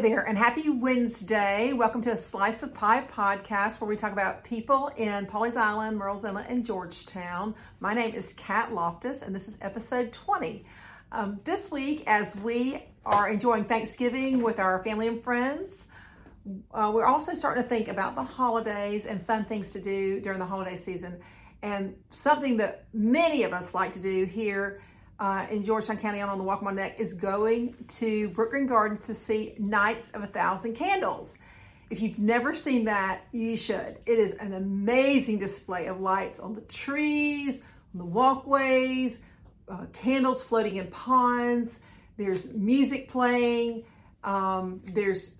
there, and happy Wednesday. Welcome to a Slice of Pie podcast where we talk about people in Polly's Island, Merle's Island, and Georgetown. My name is Kat Loftus, and this is episode 20. Um, this week, as we are enjoying Thanksgiving with our family and friends, uh, we're also starting to think about the holidays and fun things to do during the holiday season. And something that many of us like to do here uh, in Georgetown County on the Walk My Neck is going to Brookgreen Gardens to see Nights of a Thousand Candles. If you've never seen that, you should. It is an amazing display of lights on the trees, on the walkways, uh, candles floating in ponds. There's music playing. Um, there's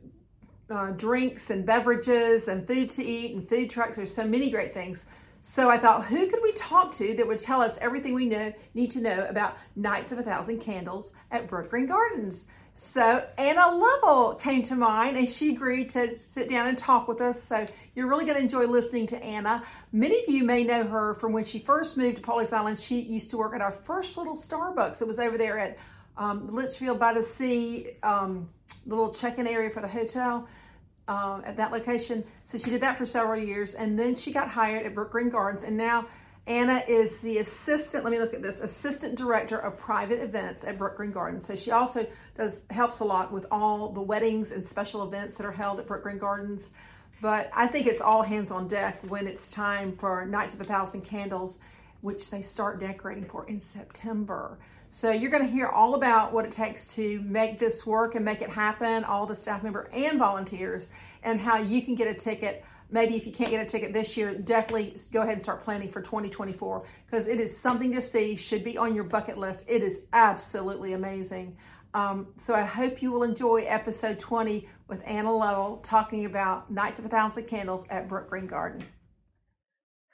uh, drinks and beverages and food to eat and food trucks. There's so many great things. So I thought, who could we talk to that would tell us everything we know need to know about Nights of a Thousand Candles at Brookgreen Gardens? So Anna Lovell came to mind, and she agreed to sit down and talk with us. So you're really going to enjoy listening to Anna. Many of you may know her from when she first moved to Polly's Island. She used to work at our first little Starbucks. It was over there at um, Litchfield by the Sea, um, little check-in area for the hotel um, at that location. So she did that for several years, and then she got hired at Brook Green Gardens, and now Anna is the assistant. Let me look at this: assistant director of private events at Brook Green Gardens. So she also does helps a lot with all the weddings and special events that are held at Brook Green Gardens. But I think it's all hands on deck when it's time for Nights of a Thousand Candles, which they start decorating for in September. So you're going to hear all about what it takes to make this work and make it happen, all the staff member and volunteers, and how you can get a ticket. Maybe if you can't get a ticket this year, definitely go ahead and start planning for 2024 because it is something to see, should be on your bucket list. It is absolutely amazing. Um, so I hope you will enjoy episode 20 with Anna Lowell talking about Nights of a Thousand Candles at Brook Green Garden.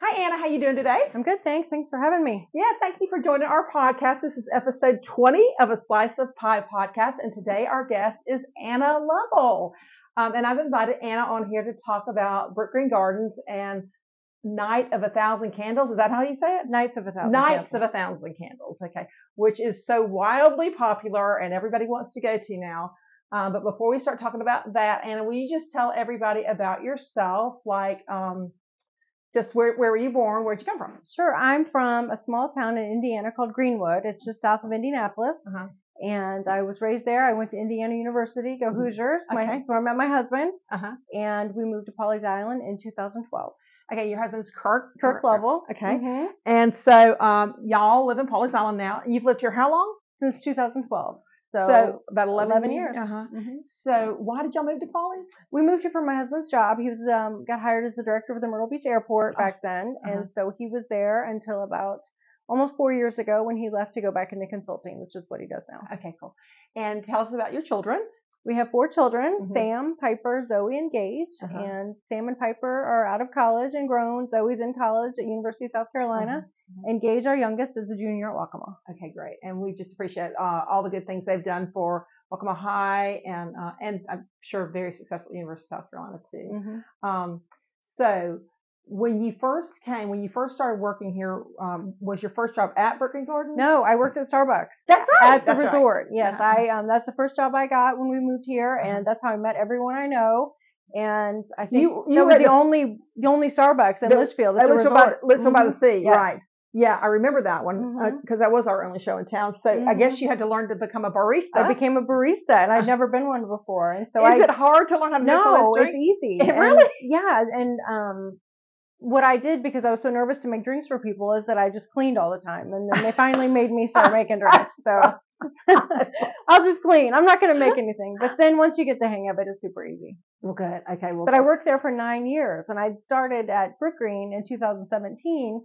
Hi Anna, how you doing today? I'm good, thanks. Thanks for having me. Yeah, thank you for joining our podcast. This is episode 20 of a Slice of Pie podcast, and today our guest is Anna Lovell. Um, and I've invited Anna on here to talk about Brook Green Gardens and Night of a Thousand Candles. Is that how you say it? Nights of a thousand. Nights of Candles. a Thousand Candles, okay, which is so wildly popular and everybody wants to go to now. Um, but before we start talking about that, Anna, will you just tell everybody about yourself? Like, um, just where, where were you born? Where'd you come from? Sure, I'm from a small town in Indiana called Greenwood. It's just south of Indianapolis, Uh-huh. and I was raised there. I went to Indiana University, go Hoosiers. Mm-hmm. My, Okay. that's where I met my husband, Uh-huh. and we moved to Polly's Island in 2012. Okay, your husband's Kirk. Kirk Lovell. Okay. Mhm. And so um, y'all live in Polly's Island now. You've lived here how long? Since 2012. So, about 11, 11 years. Uh-huh. mhm. So why did y'all move to Polly's? we moved here for my husband's job. He was um, got hired as the director of the Myrtle Beach Airport Oh, back then, uh-huh. and so he was there until about almost four years ago when he left to go back into consulting, which is what he does now. Okay, cool. And tell us about your children. We have four children Mhm. Sam, Piper, Zoe, and Gage. Uh-huh. And Sam and Piper are out of college and grown. Zoe's in college at University of South Carolina. Mm-hmm. And Gage, our youngest, is a junior at Waccamaw. Uh-huh. Okay, great. And we just appreciate uh, all the good things they've done for Waccamaw High and uh, and I'm sure very successful University of South Carolina too. Um, so when you first came, when you first started working here, um, was your first job at Brook and Garden? No, I worked at Starbucks. That's right. At the That's right. resort, yes, Yeah. I um, that's the first job I got when we moved here, Uh-huh. and that's how I met everyone I know. And I think You- you that was had the the- only the only Starbucks in The- Litchfield. At Let's the go by, resort. let's go by the Mhm. sea, Yes. right? Yeah, Mm-hmm. I remember that one because Mhm. that was our only show in town. So I guess you had to learn to become a barista. I became a barista, and I'd Uh-huh. never been one before, and so Oh, Is I it hard to learn how to make no, someone it's drink? easy. It And- really? Yeah, and um, what I did because I was so nervous to make drinks for people is that I just cleaned all the time, and then they finally made me start making drinks. So I'll just clean. I'm not going to make anything, but then once you get the hang of it, it's super easy. Well, good. Okay. Well, But I worked there for nine years, and I started at Brook Green in 2017,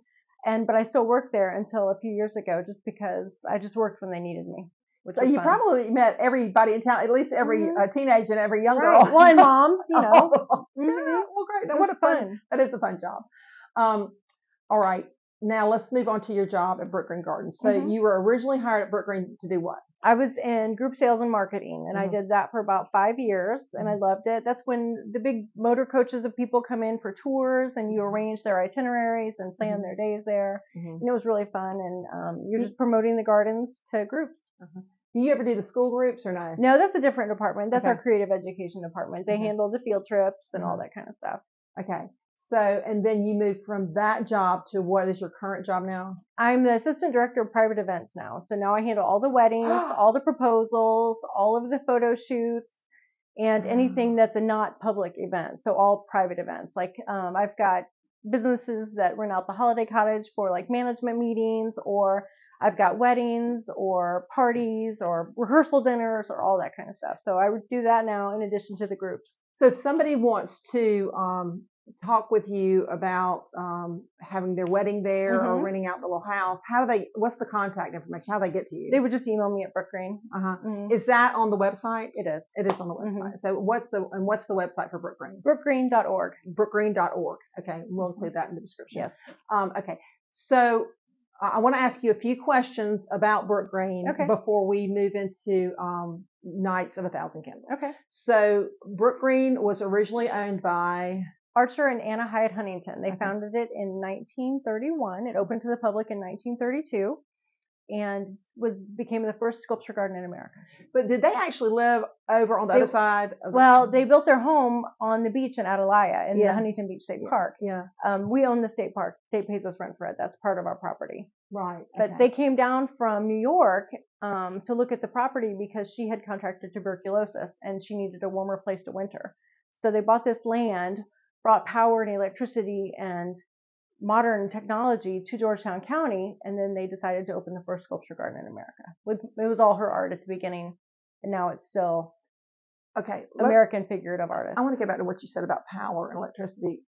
and but I still worked there until a few years ago, just because I just worked when they needed me. which so was you fun. probably met everybody in town, at least every Mhm. uh, teenage and every young right. girl. well, and mom, you know, Oh, yeah, mhm. well, great. It Now, what a was fun. That is a fun job. Um, all right. Now let's move on to your job at Brook Green Gardens. So Mhm. you were originally hired at Brook Green to do what? I was in group sales and marketing, and Mhm. I did that for about five years, and I loved it. That's when the big motor coaches of people come in for tours, and you arrange their itineraries and plan Mhm. their days there. Mhm. And it was really fun, and um, you're just promoting the gardens to groups. Do you ever do the school groups or no? No, that's a different department. That's Okay. our creative education department. They Mhm. handle the field trips and all that kind of stuff. Okay. So, and then you moved from that job to what is your current job now? I'm the assistant director of private events now. So now I handle all the weddings, all the proposals, all of the photo shoots, and Wow. anything that's a not public event. So all private events. Like um, I've got businesses that rent out the holiday cottage for like management meetings, or I've got weddings, or parties, or rehearsal dinners, or all that kind of stuff. So I would do that now in addition to the groups. So, if somebody wants to um, talk with you about um, having their wedding there or Mhm. renting out the little house, how do they? What's the contact information? How do they get to you? They would just email me at Brook Green. uh-huh. Mhm. Is that on the website? It is Mm-hmm. It is on the website. So, what's the and what's the website for Brook Green? brookgreen.org. brookgreen.org. Okay, we'll include that in the description. Yes. Um, okay, so I, I want to ask you a few questions about Brook Green Okay. before we move into um, Knights of a Thousand Candles. Okay. So Brook Green was originally owned by Archer and Anna Hyatt Huntington. They Okay. founded it in 1931. It opened to the public in 1932 and was became the first sculpture garden in America. but did they actually live over on the They- other side of Well, they built their home on the beach in Adelia in Yeah. the Huntington Beach State Park. yeah Um, we own the state park. State pays us rent for it. That's part of our property. right But they came down from New York um, to look at the property because she had contracted tuberculosis and she needed a warmer place to winter. So they bought this land, brought power and electricity and modern technology to Georgetown County, and then they decided to open the first sculpture garden in America. With it was all her art at the beginning, and now it's still okay let- American figurative artists. I want to get back to what you said about power and electricity.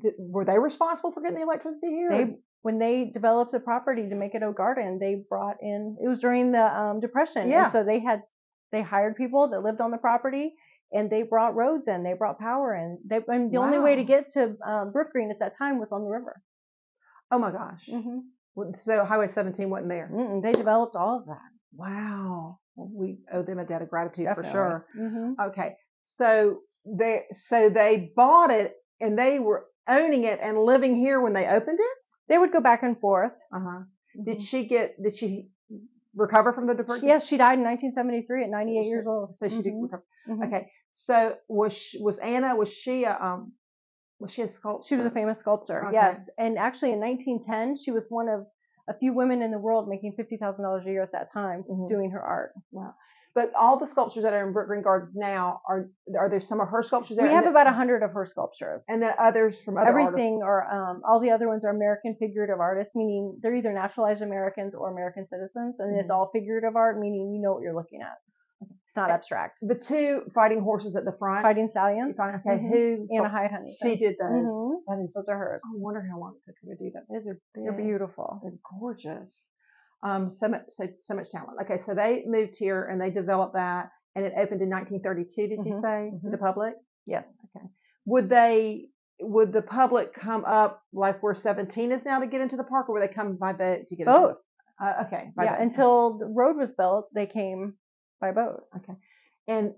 Did, were they responsible for getting the electricity here? They when they developed the property to make it a garden, they brought in it was during the um, depression. and Yeah. so they had they hired people that lived on the property and they brought roads in, they brought power in. They and the only way to Wow. get to um, Brook Green at that time was on the river. oh my gosh. Mm-hmm. Well, So Highway 17 wasn't there. Mm-mm, they developed all of that Wow. Well, We owe them a debt of gratitude definitely. for sure. Mm-hmm. Okay. So they so they bought it and they were owning it and living here when they opened it? They would go back and forth. Uh-huh. Did she get did she recover from the Mm-hmm. depression? Yes, Mm-hmm. she died in 1973 at 98 years old. So she did Mhm. recover. Mhm. Okay. So was she, was Anna was she a um was she a sculptor? She was a famous sculptor, Okay. yes. And actually, in 1910, she was one of a few women in the world making $50,000 a year at that time Mhm. doing her art. But all the sculptures that are in Brook Green Gardens now are are there some of her sculptures there? we have and, about a hundred of her sculptures. and then others from other artists? Mm. Everything or um, all the other ones are American figurative artists, meaning they're either naturalized Americans or American citizens, and it's Mhm. all figurative art, meaning you know what you're looking at. It's not Okay. abstract. The two fighting horses at the front. Fighting stallions, Fine, Okay, Mhm. who? Anna Hyde Huntington. She did those. Mhm. That is- Those are hers. Mm-hmm. I wonder how long it took her to do that. Those are They're big. beautiful. They're gorgeous. Um, so much, so, so much talent. Okay, so they moved here and they developed that, and it opened in 1932. Did you Mhm, say to the public? Yes. Okay. Would they? Would the public come up like where 17 is now to get into the park, or would they come by boat to get into Both. the- Uh, okay. By Yeah. boat. Until the road was built, they came by boat. and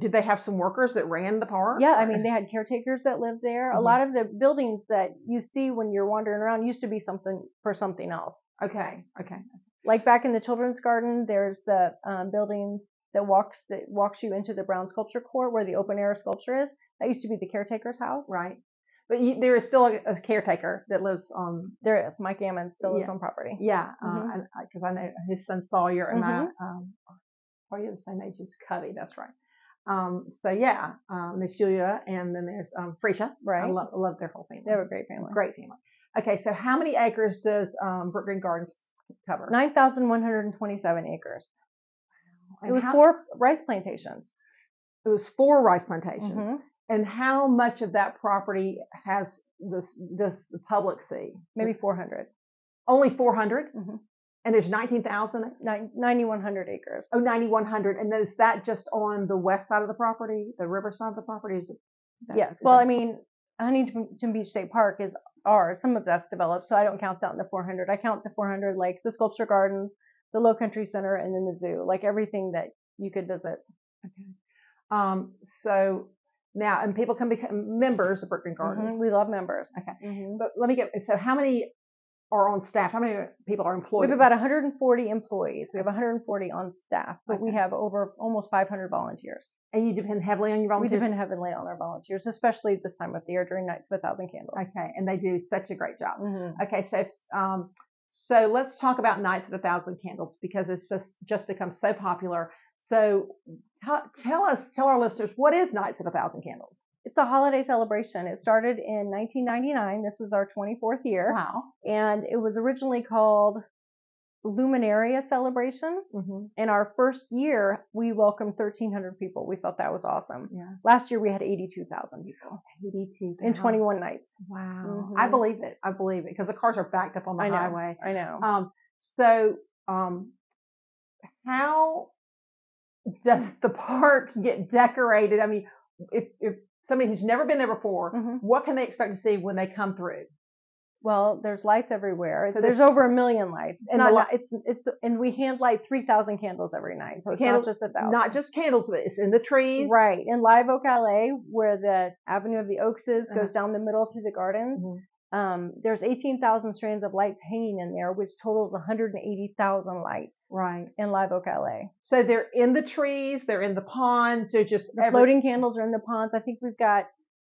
did they have some workers that ran the park? Yeah, I or- mean, they had caretakers that lived there. A Mhm. lot of the buildings that you see when you're wandering around used to be something for something else. Okay. Okay. Like back in the children's garden, there's the um, building that walks that walks you into the Brown Sculpture Court where the open air sculpture is. That used to be the caretaker's house. Right. But you, there is still a, a caretaker that lives on. There is Mike Ammon still lives Yeah. on property. Yeah, Mhm. because I, know his son Sawyer and Mm-hmm. my um, are you the same age as Covey? That's right. Um, so yeah, um, Miss Julia, and then there's um, Freesia. I Right. love, love their whole family. They have a great family. great family. Okay, so how many acres does um, Brook Green Gardens cover? Nine thousand one hundred twenty-seven acres. And It was how- four rice plantations. It was four rice plantations. Mhm. And how much of that property has this does the public see? Maybe four hundred. only 400, Mhm. and there's 19,000 Ninety-one hundred acres. Oh, 9,100. And then is that just on the west side of the property, the river side of the property? Is it, that- Yes. is Well, it- I mean, Huntington Beach State Park is ours. Some of that's developed, so I don't count that in the 400. I count the 400 like the sculpture gardens, the Low Country Center, and then the zoo, like everything that you could visit. um, so now, and people Mm-hmm. can become members of Brook Green Gardens. Mm-hmm. Mhm, We love members. Okay. Mhm. But let me get, so how many are on staff? How many people are We employed? have about 140 employees. We have 140 on staff, but we Okay. have over almost 500 volunteers. and you depend heavily on your We volunteers. depend heavily on our volunteers, especially this time of the year during Nights with Thousand Candles. Okay, and they do such a great job. Mhm. Okay, so um, so let's talk about Nights of a Thousand Candles because it's just just become so popular. So t- tell us, tell our listeners, what is Nights of a Thousand Candles? It's a holiday celebration. It started in 1999. This is our 24th year, Wow. and it was originally called Luminaria Celebration. hmm In our first year, we welcomed 1,300 people. We thought that was awesome. Yeah. Last year, we had 82,000 people Eighty-two in 21 nights. Wow. Mhm. Mm-hmm. I believe it. I believe it because the cars are backed up on the I know. highway. I know. Um, so um, how does Mm. the park get decorated? I mean, if if somebody who's never been there before, Mhm. what can they expect to see when they come through? Well, there's lights everywhere. So there's, there's- over a million lights, And and the it's it's and we hand light three thousand candles every night, so it's Candles- not just a thousand. Not just candles, but it's in the trees. right in Live Oak Alley, where the Avenue of the Oaks is, goes down the middle to the gardens. Mhm. Um, there's eighteen thousand strands of lights hanging in there, which totals one hundred and eighty thousand lights Right. in Live Oak Alley. So they're in the trees, they're in the ponds, they're just The every- floating candles are in the ponds. I think we've got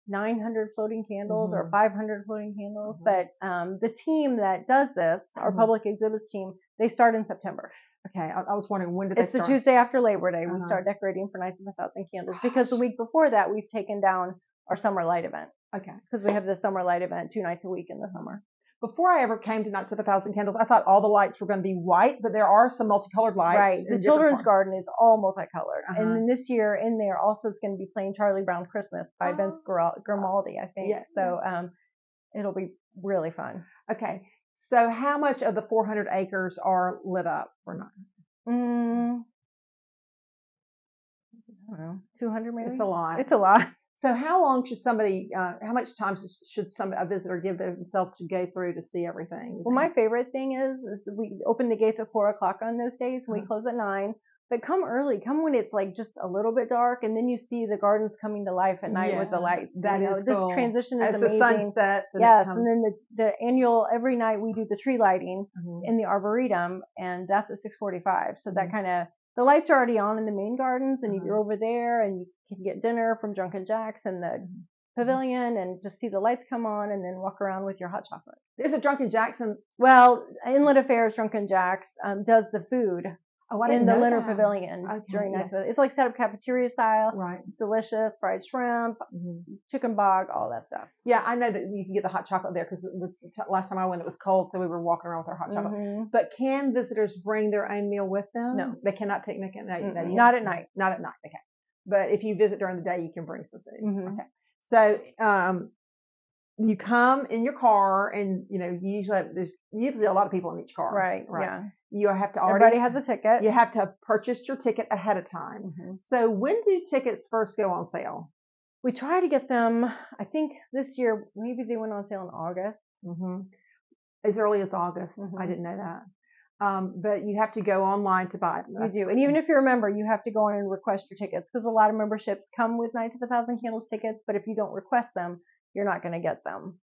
900 floating candles or Mhm. 500 floating candles. Mhm. But um, the team that does this, our Mhm. public exhibits team, they start in September. Okay, I, I was wondering when did It's they the start? Tuesday after Labor Day. We Uh-huh. start decorating for Nights of a Thousand Candles because the week before that we've taken down our summer light event Okay. because we have the summer light event two nights a week in the summer. Before I ever came to Nights of a Thousand Candles, I thought all the lights were going to be white, but there are some multicolored lights. right. in The different children's forms. garden is all multicolored, Uh-huh. and then this year in there also is going to be playing Charlie Brown Christmas by Vince Gral- Grimaldi, I think. Oh. Yeah. So um, it'll be really fun. Okay. So how much of the 400 acres are lit up or not? Mm, I don't know, 200 maybe. It's a lot. It's a lot. so how long should somebody, uh, how much time s- should some a visitor give themselves to go through to see everything? you Well, my think? favorite thing is, is that we open the gates at four o'clock on those days and we Uh-huh. close at nine. But come early, come when it's like just a little bit dark, and then you see the gardens coming to life at night with the Yeah, lights. that you know, is this cool. transition is as the amazing. sun sets. and it yes, comes- and then the, the annual every night we do the tree lighting Mhm. in the arboretum, and that's at six forty-five. So that Mhm. kind of the lights are already on in the main gardens, and Uh-huh. you're over there, and you can get dinner from Drunken Jack's and the Mm-hmm. pavilion, and just see the lights come on, and then walk around with your hot chocolate. There's a Drunken Jackson. Well, Inlet Affairs Drunken Jack's um, does the food Oh, I in didn't the know Leonard that. Pavilion Okay, during yeah. nights. It's like set up cafeteria style. Right. It's delicious fried shrimp, Mhm. chicken bog, all that stuff. Yeah, I know that you can get the hot chocolate there because the the t- last time I went, it was cold, so we were walking around with our hot chocolate. Mhm. But can visitors bring their own meal with them? No. they cannot picnic at night. that Mm-mm. year. Not at night. Not at night. Okay, but if you visit during the day, you can bring some food. Mhm. Okay, so um, you come in your car, and you know you usually have, there's usually a lot of people in each car. Right, Right. Yeah. You have to already Everybody has a ticket. you have to have purchased your ticket ahead of time. Mhm. So when do tickets first go on sale? We try to get them. I think this year maybe they went on sale in August. Mm-hmm. hmm As early as August. I Mhm. didn't know that. Um, but you have to go online to buy them. You do, and even if you're a member, you have to go on and request your tickets because a lot of memberships come with Nights of a Thousand Candles tickets. But if you don't request them, you're not going to get them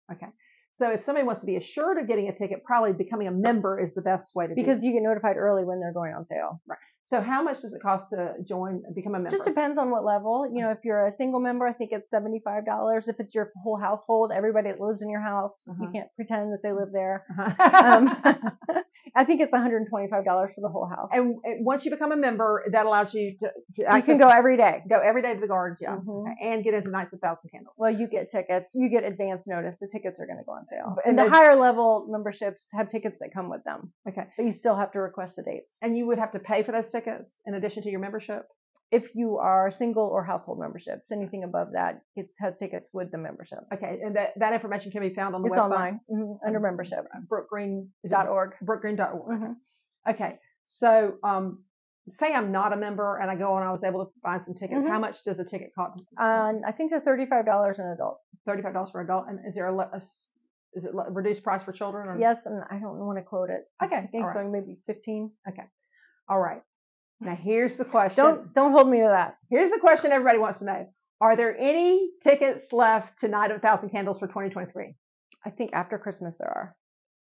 So if somebody wants to be assured of getting a ticket, probably becoming a member is the best way to do it. because you get notified early when they're going on sale. So how much does it cost to join, become a member? Just depends on what level. You know, if you're a single member, I think it's seventy-five dollars. If it's your whole household, everybody that lives in your house, Uh-huh. you can't pretend that they live there. Uh-huh. Um, I think it's one hundred and twenty-five dollars for the whole house. and, and once you become a member, that allows you to, to You access, can go every day. go every day to the gardens, yeah, Mhm. and get into Nights of Thousand Candles. Well, you get tickets. You get advance notice. The tickets are going to go on sale. But- And and the they- higher level memberships have tickets that come with them. Okay. but you still have to request the dates And you would have to pay for those tickets in addition to your membership. if you are single or household memberships. Anything above that, it has tickets with the membership. Okay. And that, that information can be found on the It's website. online mhm, under membership. Brookgreen is it dot org. brookgreen.org. Mhm. Okay. So, um, say I'm not a member and I go and I was able to find some tickets. Mhm. How much does a ticket cost? Um, I think they're thirty-five dollars an adult. Thirty-five dollars for adult. And is there a, le- a s- is it le- reduced price for children? Or? Yes, and I don't want to quote it. Mm. I Okay. think All it's right. going maybe fifteen. All right. Now here's the question. Don't don't hold me to that. Here's the question everybody wants to know. Are there any tickets left to Night of a Thousand Candles for 2023? I think after Christmas there are.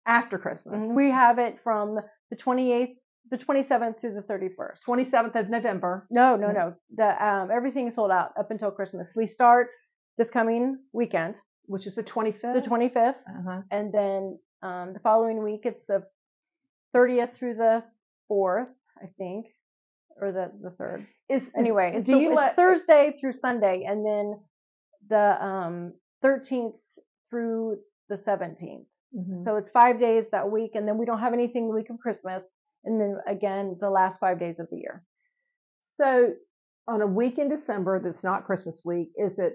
after Christmas. We have it from the 28th, the 27th through the 31st. 27th of November. No, no, no. The um, everything is sold out up until Christmas. We start this coming weekend, Which is the 25th. the 25th, Uh-huh. and then um, the following week it's the 30th through the 4th, I think, or the the 3rd. Is, is- Anyway, it's, do the- you it's let Thursday through Sunday, and then the um, 13th through the 17th. Mhm. So it's five days that week, and then we don't have anything the week of Christmas, and then again the last five days of the year. So on a week in December that's not Christmas week, is it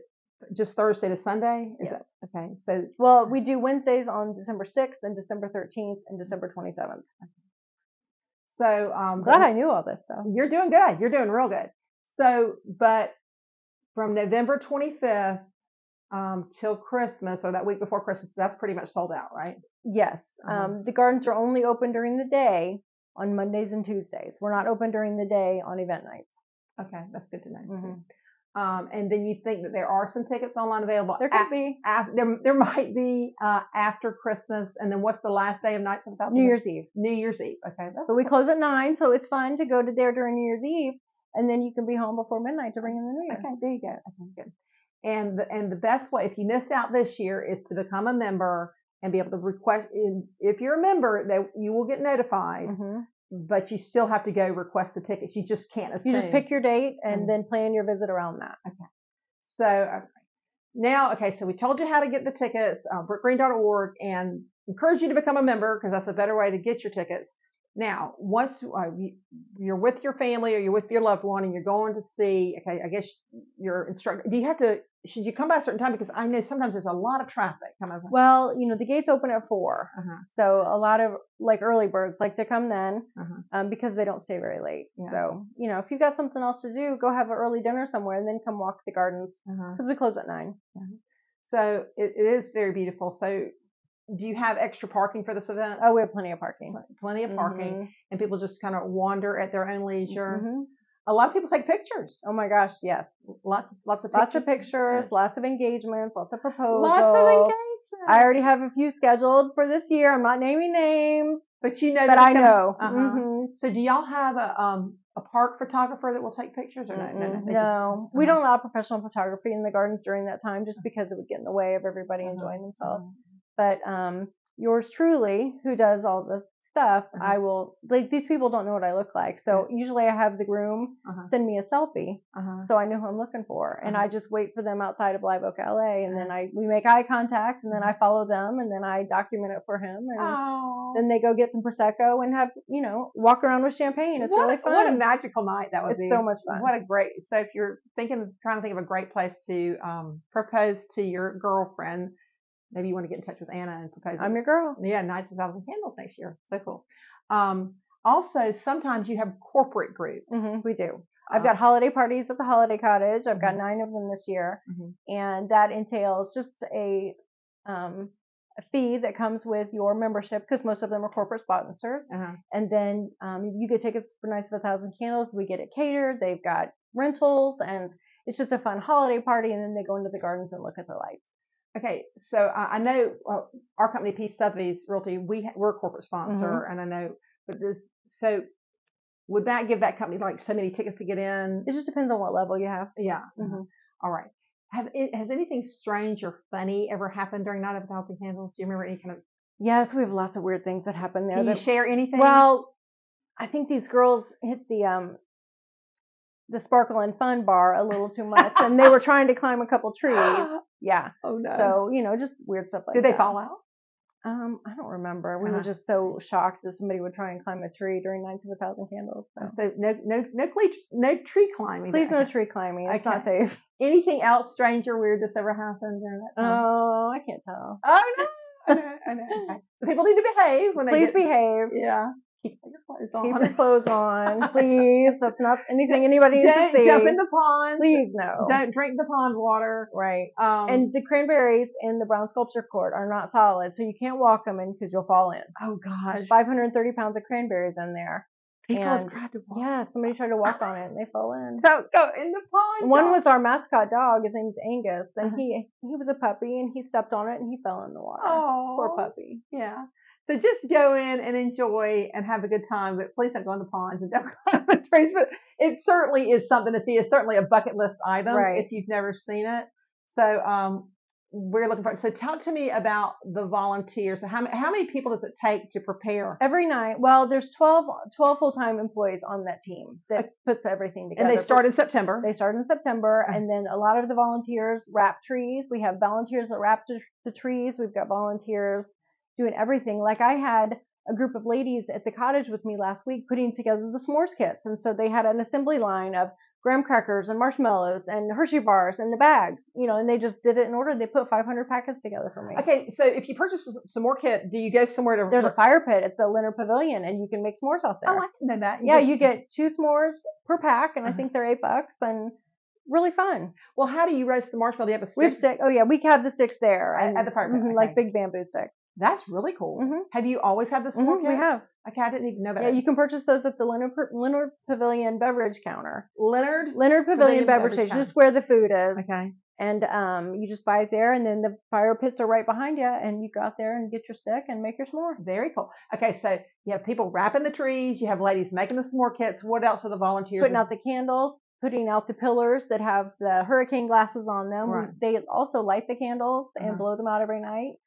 just Thursday to Sunday? Is Yes. that okay? So Well, we do Wednesdays on December 6th and December 13th and December 27th. so um I'm glad I knew all this though. you're doing good. You're doing real good. So, but from November 25th um, till Christmas or that week before Christmas, that's pretty much sold out, right? Yes, Uh-huh. um, the gardens are only open during the day on Mondays and Tuesdays. We're not open during the day on event nights. Okay, that's good to know. Mhm. Mm-hmm. Um, and then you think that there are some tickets online available. There could be af- there, there might be uh, after Christmas, and then what's the last day of Nights of Without New Year's Eve. New Year's Eve. Okay, that's So we close at nine, so it's fine to go to there during New Year's Eve, and then you can be home before midnight to bring in the New Year. Okay, there you go. Okay, good. And the, and the best way, if you missed out this year, is to become a member and be able to request. in- If you're a member, that you will get notified, Mhm. but you still have to go request the tickets. You just can't assume. You just pick your date and Mhm. then plan your visit around that. So okay. now, okay, so we told you how to get the tickets, uh, brickgreen.org, and encourage you to become a member because that's a better way to get your tickets. Now, once uh, you, you're with your family or you're with your loved one and you're going to see, okay, I guess your instructor, do you have to, should you come by a certain time? Because I know sometimes there's a lot of traffic coming. Well, you know, the gates open at 4 Uh-huh. So a lot of like early birds like to come then Uh-huh. um, because they don't stay very late. Yeah. So, you know, if you've got something else to do, go have an early dinner somewhere and then come walk the gardens Uh-huh. because we close at nine. So it, it is very beautiful. So do you have extra parking for this event? Oh, we have plenty of parking. Plenty of parking, Mhm. and people just kind of wander at their own leisure. Mhm. A lot of people take pictures. Oh my gosh, yes. Lots, lots of Lots pictures. of pictures, lots of engagements, lots of proposals. Lots of engagement. I already have a few scheduled for this year. I'm not naming names, but you know, but that's I gonna- know. Uh-huh. Mhm. So do y'all have a um a park photographer that will take pictures or no? Mm-mm. No, no, they No, just- we uh-huh. don't allow professional photography in the gardens during that time just because it would get in the way of everybody Uh-huh. enjoying Uh-huh. themselves. But um, yours truly, who does all the stuff, Uh-huh. I will, like, these people don't know what I look like. So usually I have the groom Uh-huh. send me a selfie Uh-huh. so I know who I'm looking for. And Uh-huh. I just wait for them outside of Live Oak LA. And then I, we make eye contact and then Uh-huh. I follow them and then I document it for him. And Oh. then they go get some Prosecco and have, you know, walk around with champagne. It's what, really a- What a fun. magical night that would be. it's so much fun. What a great. So if you're thinking, trying to think of a great place to um propose to your girlfriend, maybe you want to get in touch with Anna and propose. I'm your girl. yeah, Nights of Thousand Candles next year. So cool. Um, also, sometimes you have corporate groups. Mhm, we do. I've Uh, got holiday parties at the Holiday Cottage. I've got nine of them this year, Mhm. and that entails just a um, a fee that comes with your membership because most of them are corporate sponsors, Uh-huh. and then um, you get tickets for Nights of a Thousand Candles. We get it catered. They've got rentals, and it's just a fun holiday party. And then they go into the gardens and look at the lights. Okay, so I, I know uh, our company, Peace Sotheby's Realty, we ha- we're a corporate sponsor, and I know, but this so would that give that company like so many tickets to get in? It just depends on what level you have. Yeah. Mm-hmm. Mhm. All right. Have it, has anything strange or funny ever happened during Night of a Thousand Candles? Do you remember any kind of? Yes, we have lots of weird things that happen there. Can you that- share anything? Well, I think these girls hit the um the sparkle and fun bar a little too much, and they were trying to climb a couple trees. oh Yeah, no. so you know, just weird stuff like did that. they fall out? Um, I don't remember. We were Uh-huh. just so shocked that somebody would try and climb a tree during Nights of a Thousand Candles. So. So no, no, no, cle- no tree climbing. Please no Okay. tree climbing. It's not safe. Anything else strange or weird that's ever happened during that time? Oh, I can't tell. oh no. I know, I know. Okay. So people need to behave when they Please get behave. Yeah. Keep your clothes Keep on. your clothes on, please. That's not anything anybody needs to Don't see. jump in the pond. please no. Don't drink the pond water. right. Um, Oh. And the cranberries in the brown sculpture court are not solid, so you can't walk them in because you'll fall in. oh gosh, There's 530 pounds of cranberries in there. people have and- tried to walk. Yeah, somebody tried to walk on it and they fell in. Don't go in the pond. One y'all. was our mascot dog. His name's Angus, and Uh-huh. he he was a puppy and he stepped on it and he fell in the water. oh Poor puppy. Yeah. So just go in and enjoy and have a good time, but please don't go in the ponds and don't go on the trees. But it certainly is something to see. It's certainly a bucket list item Right. if you've never seen it. So um, we're looking for. So talk to me about the volunteers. So how ma- how many people does it take to prepare? Every night, well, there's 12, 12 full-time employees on that team that puts everything together. And they start in September. They start in September, Okay. and then a lot of the volunteers wrap trees. We have volunteers that wrap the, the trees. We've got volunteers doing everything. Like I had a group of ladies at the cottage with me last week putting together the s'mores kits, and so they had an assembly line of graham crackers and marshmallows and Hershey bars and the bags, you know, and they just did it in order. They put 500 packets together for me. Okay, so if you purchase some more kit, do you go somewhere to? There's a fire pit at the Leonard Pavilion, and you can make s'mores oh, out there. I didn't know that. yeah, get- you get two s'mores per pack, and I Uh-huh. think they're eight bucks, and really fun. Well, how do you roast the marshmallow? Do you have a We have stick? stick. Oh yeah, we have the sticks there At- and- at the fire pit, mhm, okay. like big bamboo sticks. That's really cool. Mhm. Have you always had this Mhm, s'more we kit? have. Okay, I didn't even know about Yeah, it. you can purchase those at the Leonard, Per- Leonard Pavilion beverage counter. Leonard. Leonard Pavilion Pavilion, beverage beverage station, counter. just where the food is, Okay. and um, you just buy it there, and then the fire pits are right behind you, and you go out there and get your stick and make your s'more. Very cool. Okay, so you have people wrapping the trees. You have ladies making the s'more kits. What else are the volunteers? Putting out the candles, putting out the pillars that have the hurricane glasses on them. We- Right. They also light the candles and Uh-huh. blow them out every night.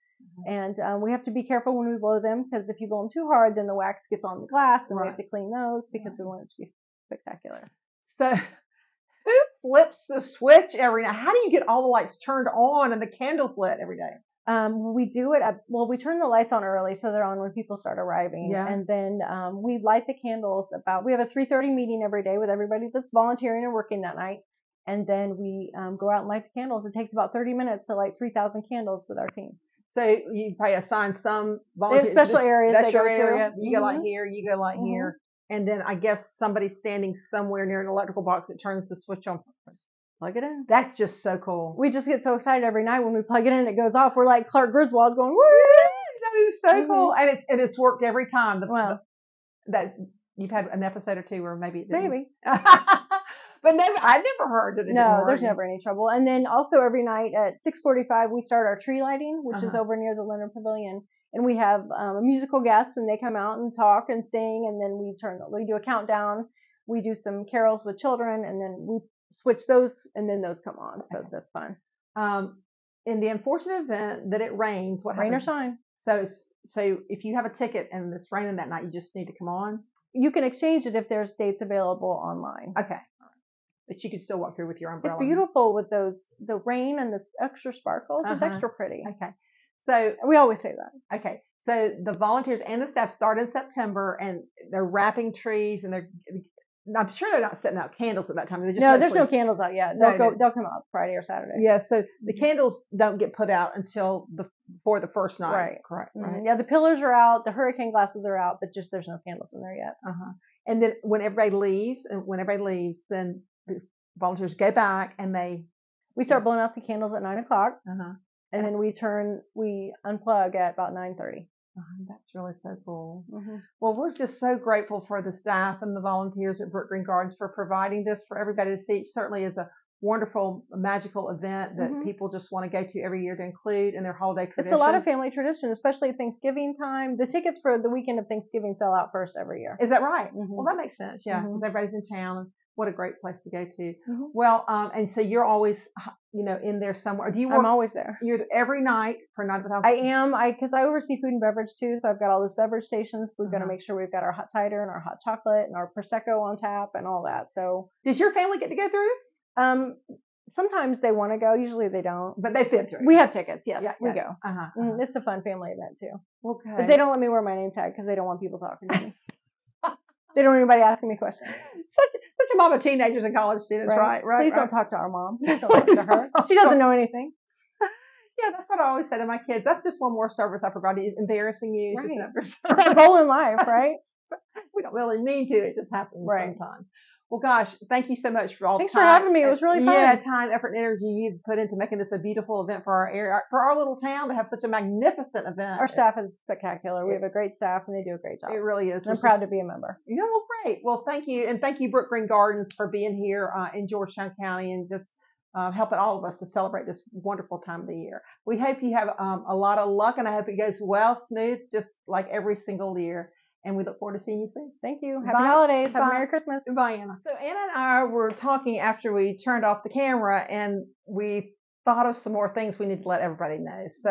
Mm-hmm. And um, we have to be careful when we blow them because if you blow them too hard, then the wax gets on the glass, and we have Right. to clean those because we want it to be spectacular. So who flips the switch every night? How do you get all the lights turned on and the candles lit every day? Um, we do it at, well, we turn the lights on early so they're on when people start arriving. Yeah. And then um, we light the candles about, we have a 3.30 meeting every day with everybody that's volunteering and working that night. And then we um, go out and light the candles. It takes about 30 minutes to light 3,000 candles with our team. So you probably assign some They have volunteers. special this- areas That's they your go to. area. You go like Mhm. here. You go like Mhm. here. And then I guess somebody's standing somewhere near an electrical box that turns the switch on. Plug it in. That's just so cool. We just get so excited every night when we plug it in and it goes off. We're like Clark Griswold going, Woo! That is so Mm-hmm. cool, and it's and it's worked every time. The, Wow. that you've had an episode or two, or maybe it didn't. Maybe. but never, I never heard that it didn't No, work. there's never any trouble. And then also every night at 6:45 we start our tree lighting, which is Uh-huh. over near the Leonard Pavilion, and we have um, a musical guest, and they come out and talk and sing, and then we turn we do a countdown, we do some carols with children, and then we switch those, and then those come on. So Okay. that's fun. Um, in the unfortunate event that it rains, what Rain or happens? shine. So, it's, so if you have a ticket and it's raining that night, you just need to come on. You can exchange it if there's dates available online. Okay, but you could still walk through with your umbrella. It's beautiful with those the rain and this extra sparkles. It's Uh-huh. extra pretty. Okay, so We always say that. Okay, so the volunteers and the staff start in September, and they're wrapping trees, and they're. and I'm sure they're not setting out candles at that time. They're just no, there's no mostly- candles out yet. No, They'll go. no. They'll come out Friday or Saturday. Yeah, so the candles don't get put out until the before the first night. Right. Correct. Mhm. Right. Yeah, the pillars are out, the hurricane glasses are out, but just there's no candles in there yet. Uh huh. And then when everybody leaves, and when everybody leaves, then the volunteers go back and they. We start blowing out the candles at nine o'clock, Uh huh. and then we turn, we unplug at about nine thirty. uh-huh, That's really so cool. Well, we're just so grateful for the staff and the volunteers at Brook Green Gardens for providing this for everybody to see. It certainly is a wonderful, magical event that Mhm. people just want to go to every year to include in their holiday tradition. It's a lot of family tradition, especially at Thanksgiving time. The tickets for the weekend of Thanksgiving sell out first every year. Is that right? Mhm. Well, that makes sense. Yeah, Mhm. 'cause everybody's in town. and What a great place to go to. Mhm. Well, um, and so you're always, you know, in there somewhere. Do you work? I'm always there. you're there every night for night of the house. I am, I because I oversee food and beverage too, so I've got all those beverage stations. We've got to Uh-huh. make sure we've got our hot cider and our hot chocolate and our prosecco on tap and all that. So Does your family get to go through? um, sometimes they want to go, usually they don't. But they've been through. We have tickets, yes, Yeah, we yeah. go. Uh huh. Mm, Uh-huh. it's a fun family event too. uh-huh. Okay. But they don't let me wear my name tag because they don't want people talking to me. they don't want anybody asking me questions. such, such a mob of teenagers and college students, right? Right. Please right. don't talk to our mom. Please don't talk Please to don't her. talk to She doesn't her. know anything. Yeah, that's what I always say to my kids. That's just one more service I provide. It's embarrassing you. It's just Right. another service. Her goal in life, right? we don't really mean to. It just happens Right. sometimes. Well, gosh, thank you so much for all Thanks the for time. having me. It and- was really Yeah, fun. time, effort, and energy you've put into making this a beautiful event for our area, for our little town to have such a magnificent event. Our staff is spectacular. We have a great staff and they do a great job. It really is. And I'm proud to be a member. You know, well, great. Well, thank you, and thank you, Brook Green Gardens, for being here uh, in Georgetown County and just uh, helping all of us to celebrate this wonderful time of the year. We hope you have um, a lot of luck and I hope it goes well, smooth, just like every single year. And we look forward to seeing you soon. Thank you. Happy Bye. holidays. Have Bye. a Merry Christmas. Bye, Anna. So Anna and I were talking after we turned off the camera, and we thought of some more things we need to let everybody know. So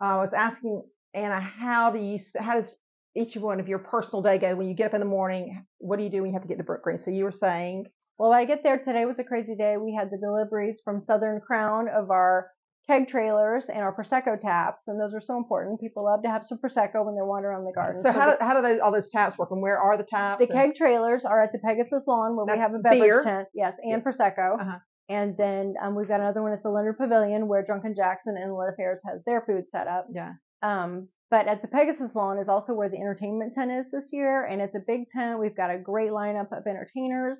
uh, I was asking Anna, how do you, how does each one of your personal day go when you get up in the morning? What do you do when you have to get to Brook Green? So you were saying, Well, I get there. Today was a crazy day. We had the deliveries from Southern Crown of our keg trailers and our Prosecco taps, and those are so important. People love to have some Prosecco when they're wandering around the garden. so how do, how do those all those taps work, and where are the taps? the, the and- keg trailers are at the Pegasus Lawn where we That's have a beverage beer. tent. Yes, and Prosecco. Uh-huh. And then um, we've got another one at the Leonard Pavilion where Drunken Jackson and Lit Affairs has their food set up. Yeah. Um, but at the Pegasus Lawn is also where the entertainment tent is this year. And at the big tent, we've got a great lineup of entertainers.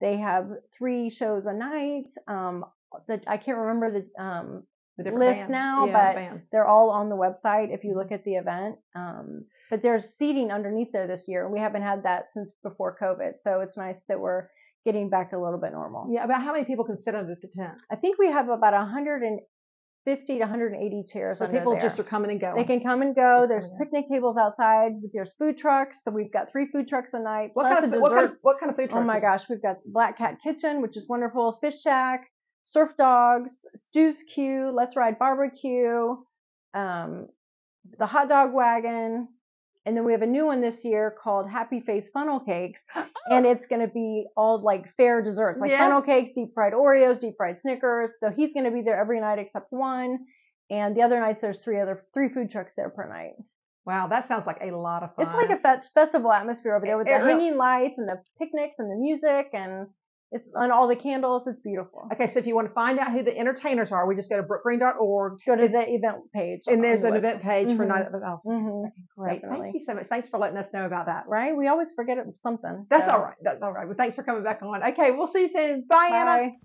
They have three shows a night. Um, the, I can't remember the um, the different list bands. now, Yeah, but the bands. they're all on the website if you Mm-hmm. look at the event. Um, but there's seating underneath there this year, and we haven't had that since before COVID. So it's nice that we're getting back a little bit normal. yeah, about how many people can sit under the tent? I think we have about 150 to 180 chairs So under people there. just are coming and going. they can come and go. Just There's coming in. picnic tables outside. There's food trucks. So we've got three food trucks a night. what plus kind, a of, what kind dessert of what kind of food? Oh my gosh, we've got Black Cat Kitchen, which is wonderful, Fish Shack, Surf Dogs, Stu's Q, Let's Ride Barbecue, um, the Hot Dog Wagon, and then we have a new one this year called Happy Face Funnel Cakes, and it's going to be all like fair desserts, like Yeah. funnel cakes, deep fried Oreos, deep fried Snickers. So he's going to be there every night except one. And the other nights, there's three other three food trucks there per night. Wow, that sounds like a lot of fun. It's like a fe- festival atmosphere over there with It- it the really- hanging lights and the picnics and the music and it's on all the candles. It's beautiful. Okay, so if you want to find out who the entertainers are, we just go to brookgreen.org Go to the event page. and there's an event page for Mhm. Night of the Elf. hmm Great. Definitely. Thank you so much. Thanks for letting us know about that. Right? We always forget it- something. That's so. all right. That's all right. Well, thanks for coming back on. Okay, we'll see you soon. Bye, Anna. Bye.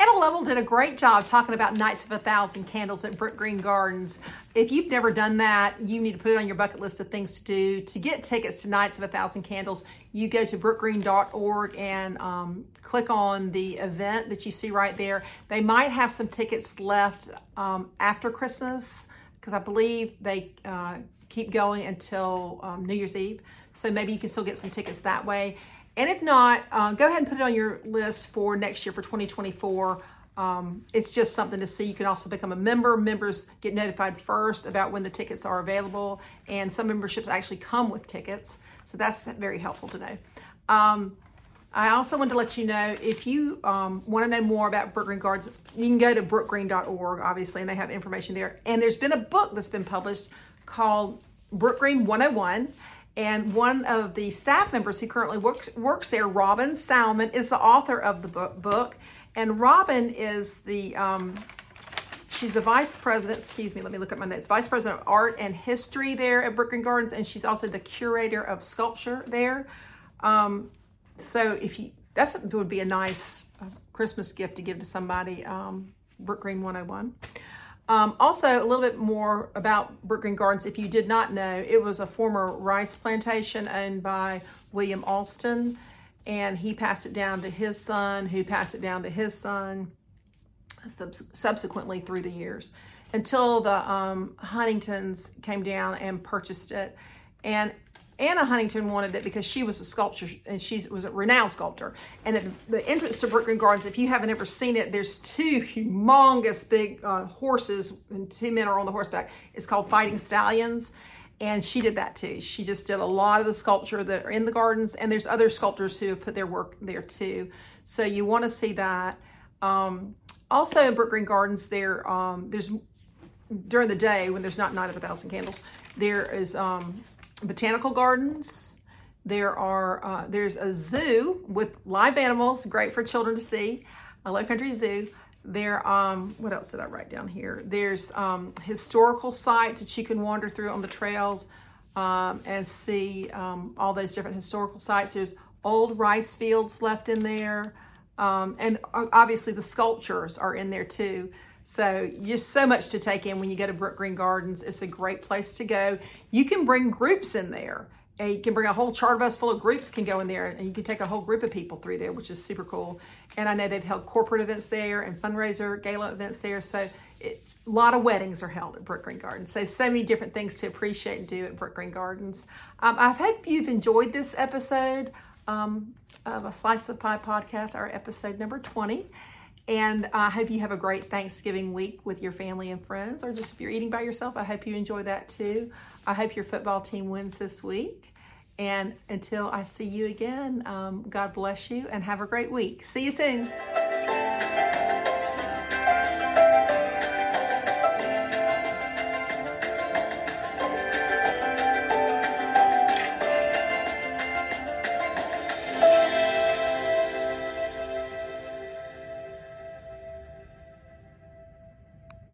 Anna Lovell did a great job talking about Nights of a Thousand Candles at Brook Green Gardens. If you've never done that, you need to put it on your bucket list of things to do. To get tickets to Nights of a Thousand Candles, you go to brookgreen.org and um, click on the event that you see right there. They might have some tickets left um, after Christmas because I believe they uh, keep going until um, New Year's Eve. So maybe you can still get some tickets that way. And if not, uh, go ahead and put it on your list for next year for 2024. Um, it's just something to see. You can also become a member. Members get notified first about when the tickets are available, and some memberships actually come with tickets. So that's very helpful to know. Um, I also want to let you know if you um, want to know more about Brook Green Gardens, you can go to brookgreen.org, obviously, and they have information there. And there's been a book that's been published called Brook Green 101. And one of the staff members who currently works, works there, Robin Salmon, is the author of the book. book. And Robin is the um, She's the vice president, excuse me, let me look at my notes, vice president of art and history there at Brook and Gardens, and she's also the curator of sculpture there. Um, so if you, that's would be a nice uh, Christmas gift to give to somebody, um, Brook Green 101. Um, also, a little bit more about Brook Green Gardens. If you did not know, it was a former rice plantation owned by William Alston, and he passed it down to his son, who passed it down to his son sub- subsequently through the years until the um, Huntingtons came down and purchased it. And Anna Huntington wanted it because she was a sculptor and she was a renowned sculptor. And at the entrance to Brook Green Gardens, if you haven't ever seen it, there's two humongous big uh, horses and two men are on the horseback. It's called Fighting Stallions and she did that too. She just did a lot of the sculpture that are in the gardens, and there's other sculptors who have put their work there too. So you want to see that. Um, also in Brook Green Gardens, there um, there's during the day when there's not Night of a Thousand Candles, there is um, botanical gardens. There are uh, there's a zoo with live animals, great for children to see, a low country zoo. There, um, what else did I write down here? There's um, historical sites that you can wander through on the trails um, and see um, all those different historical sites. There's old rice fields left in there, um, and o- obviously the sculptures are in there too. So just so much to take in when you go to Brook Green Gardens. It's a great place to go. You can bring groups in there and you can bring a whole charter bus full of groups can go in there and you can take a whole group of people through there which is super cool and i know they've held corporate events there and fundraiser gala events there so it, a lot of weddings are held at Brook Green Gardens. So, so many different things to appreciate and do at Brook Green Gardens. Um, I hope you've enjoyed this episode um, of a Slice of Pie podcast, our episode number 20. And I hope you have a great Thanksgiving week with your family and friends, or just if you're eating by yourself, I hope you enjoy that too. I hope your football team wins this week. And until I see you again, um, God bless you and have a great week. See you soon.